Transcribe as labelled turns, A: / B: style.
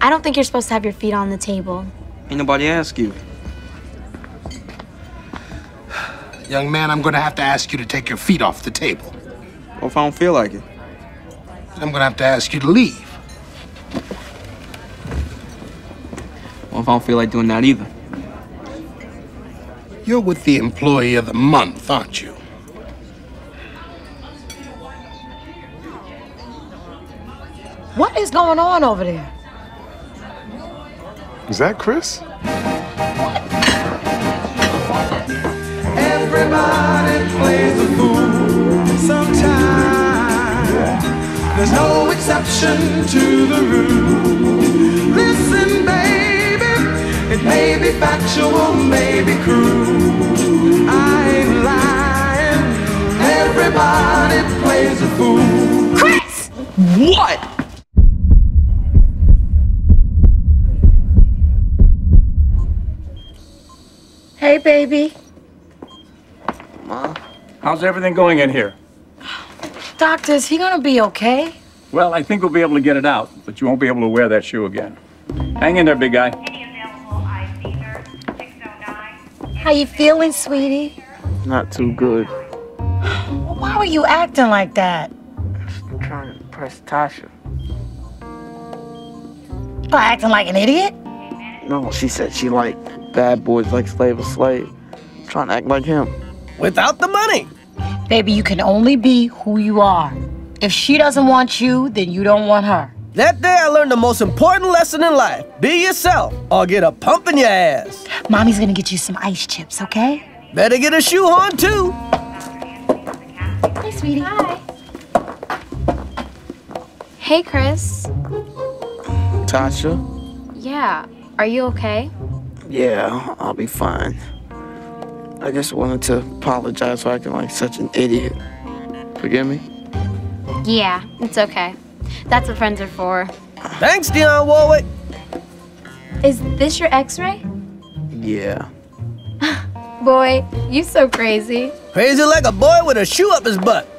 A: I don't think you're supposed to have your feet on the table.
B: Ain't nobody ask you.
C: Young man, I'm gonna have to ask you to take your feet off the table.
B: What if I don't feel like it?
C: I'm gonna have to ask you to leave.
B: What if I don't feel like doing that either?
C: You're with the employee of the month, aren't you?
D: What is going on over there?
E: Is that Chris?
F: Everybody plays the fool sometimes. There's no exception to the rule. Listen, baby, it may be factual, maybe cruel. I ain't lying. Everybody plays the fool.
A: Chris!
B: What?
A: Hey, baby.
B: Ma?
G: How's everything going in here?
D: Doctor, is he gonna be okay?
G: Well, I think we'll be able to get it out, but you won't be able to wear that shoe again. Hang in there, big guy.
D: How you feeling, sweetie?
B: Not too good.
D: Well, why were you acting like that?
B: I'm trying to press Tasha.
D: By Oh, acting like an idiot?
B: No, she said she liked bad boys like Slave or Slave. I'm trying to act like him.
H: Without the money.
D: Baby, you can only be who you are. If she doesn't want you, then you don't want her.
H: That day I learned the most important lesson in life. Be yourself or get a pump in your ass.
D: Mommy's gonna get you some ice chips, okay?
H: Better get a shoehorn too.
D: Hey, sweetie. Hi.
A: Hey, Chris.
B: Tasha?
A: Yeah, are you okay?
B: Yeah, I'll be fine. I just wanted to apologize for acting like such an idiot. Forgive me?
A: Yeah, it's okay. That's what friends are for.
H: Thanks, Dion Warwick.
A: Is this your x ray?
B: Yeah.
A: Boy, you so crazy.
H: Crazy like a boy with a shoe up his butt.